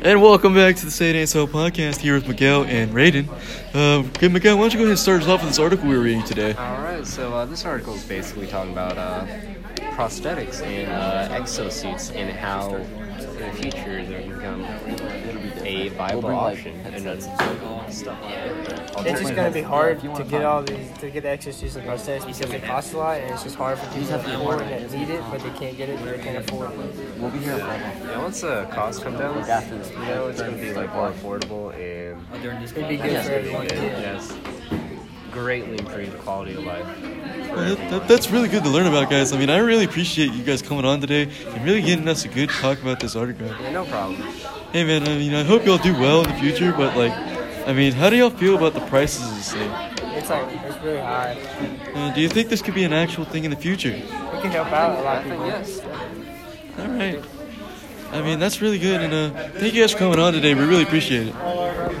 And welcome back to the Say It Ain't So podcast here with Miguel and Raiden. Uh, okay, Miguel, why don't you go ahead and start us off with this article we were reading today? All right, so uh, this article is basically talking about uh, prosthetics and uh, exosuits and how in the future they become a viable option. And that's It's just gonna be hard to get all these to get the exercises and prosthetics because it costs a lot and it's just hard for people that afford it that need it but they can't get it or they can't afford it. Yeah, once the costs come down, you know, it's going to be like more affordable and It'd be good for everyone. it Yeah. has greatly improved the quality of life. for Well, that, everyone. that, that's really good to learn about, guys. I mean, I really appreciate you guys coming on today and really getting us a good talk about this article. Yeah, no problem. Hey, man, I mean, I hope y'all do well in the future, but, like, I mean, how do y'all feel about the prices of this thing? It's like it's really high. Uh, do you think this could be an actual thing in the future? It can help out a lot of people. Yes. All right. I mean, that's really good, and uh, thank you guys for coming on today. We really appreciate it.